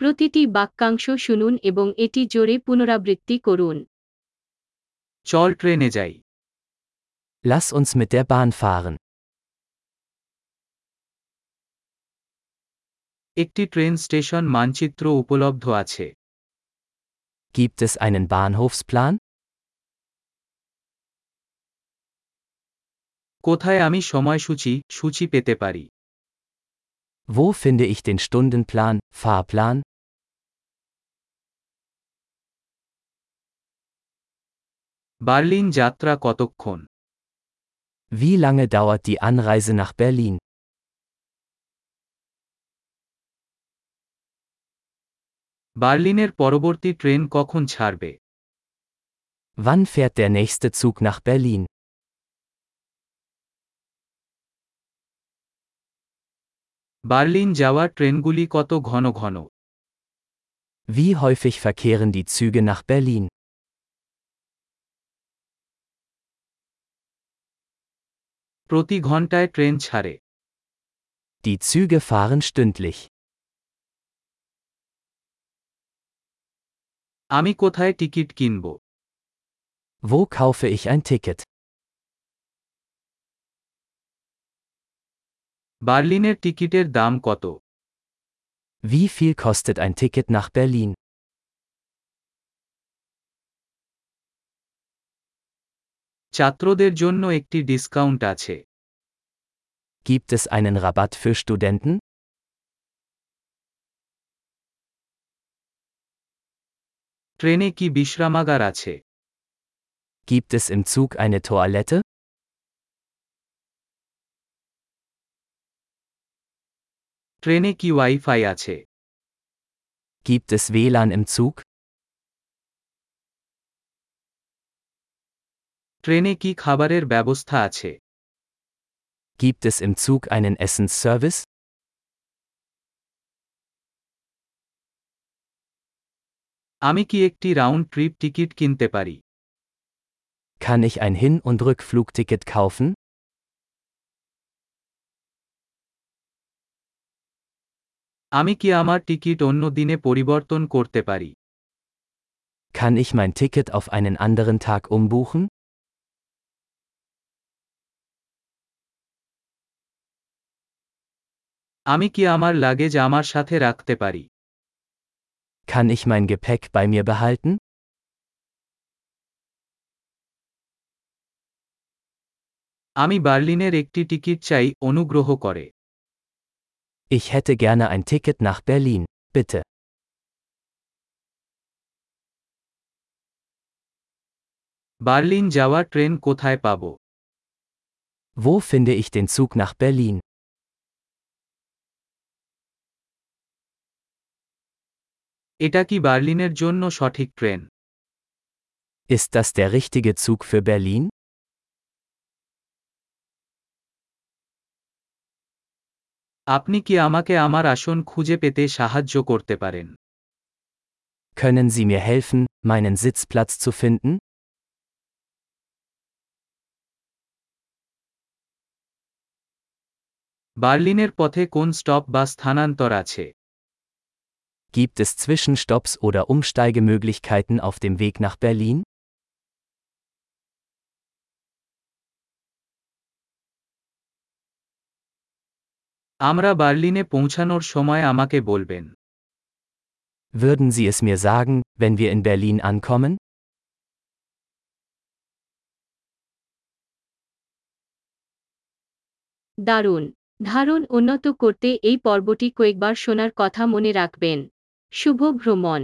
প্রতিটি বাক্যাংশ শুনুন এবং এটি জোরে পুনরাবৃত্তি করুন চল ট্রেনে যাই Lass uns mit der Bahn fahren. একটি ট্রেন স্টেশন মানচিত্র উপলব্ধ আছে Gibt es einen Bahnhofsplan? কোথায় আমি সময়সূচি সূচি পেতে পারি Wo finde ich den Stundenplan, Fahrplan? Berlin যাত্রা কতক্ষণ Wie lange dauert die Anreise nach Berlin? বার্লিনের পরবর্তী ট্রেন কখন ছাড়বে Wann fährt der nächste Zug nach Berlin? Berlin যাওয়া ট্রেনগুলি কত ঘন ঘন Wie häufig verkehren die Züge nach Berlin? প্রতি ঘন্টায় ট্রেন ছাড়ে Die Züge fahren stündlich. আমি কোথায় টিকিট কিনব Wo kaufe ich ein Ticket? বার্লিনের টিকিটের দাম কত Wie viel kostet ein Ticket nach Berlin? ছাত্রদের জন্য একটি ডিসকাউন্ট আছে Gibt es einen Rabatt für Studenten? ট্রেনে কি বিশ্রামাগার আছে Gibt es im Zug eine Toilette? ট্রেনে কি ওয়াইফাই আছে Gibt es WLAN im Zug? ট্রেনে কি খাবারের ব্যবস্থা আছে Gibt es im Zug einen Essensservice? আমি কি একটি রাউন্ড ট্রিপ টিকিট কিনতে পারি Kann ich ein Hin- und Rückflugticket kaufen? আমি কি আমার টিকিট অন্য দিনে পরিবর্তন করতে পারি Kann ich mein Ticket auf einen anderen Tag umbuchen? আমি কি আমার লাগেজ আমার সাথে রাখতে পারি Kann ich mein Gepäck bei mir behalten? আমি বার্লিনের একটি টিকিট চাই অনুগ্রহ করে Ich hätte gerne ein Ticket nach Berlin, bitte. Berlin যাওয়া ট্রেন কোথায় পাব Wo finde ich den Zug nach Berlin? এটা কি বার্লিনের জন্য সঠিক train Ist das der richtige Zug für Berlin? আপনি কি আমাকে আমার আসন খুঁজে পেতে সাহায্য করতে পারেন Können Sie mir helfen, meinen Sitzplatz zu finden? বার্লিনের পথে কোন স্টপ বা স্থানান্তর আছে Gibt es Zwischenstopps oder Umsteigemöglichkeiten auf dem Weg nach Berlin? আমরা বার্লিনে পৌঁছানোর সময় আমাকে বলবেন Würden Sie es mir sagen, wenn wir in Berlin ankommen? দারুণ ধারণ উন্নত করতে এই পর্বটি কয়েকবার শোনার কথা মনে রাখবেন শুভ ভ্রমণ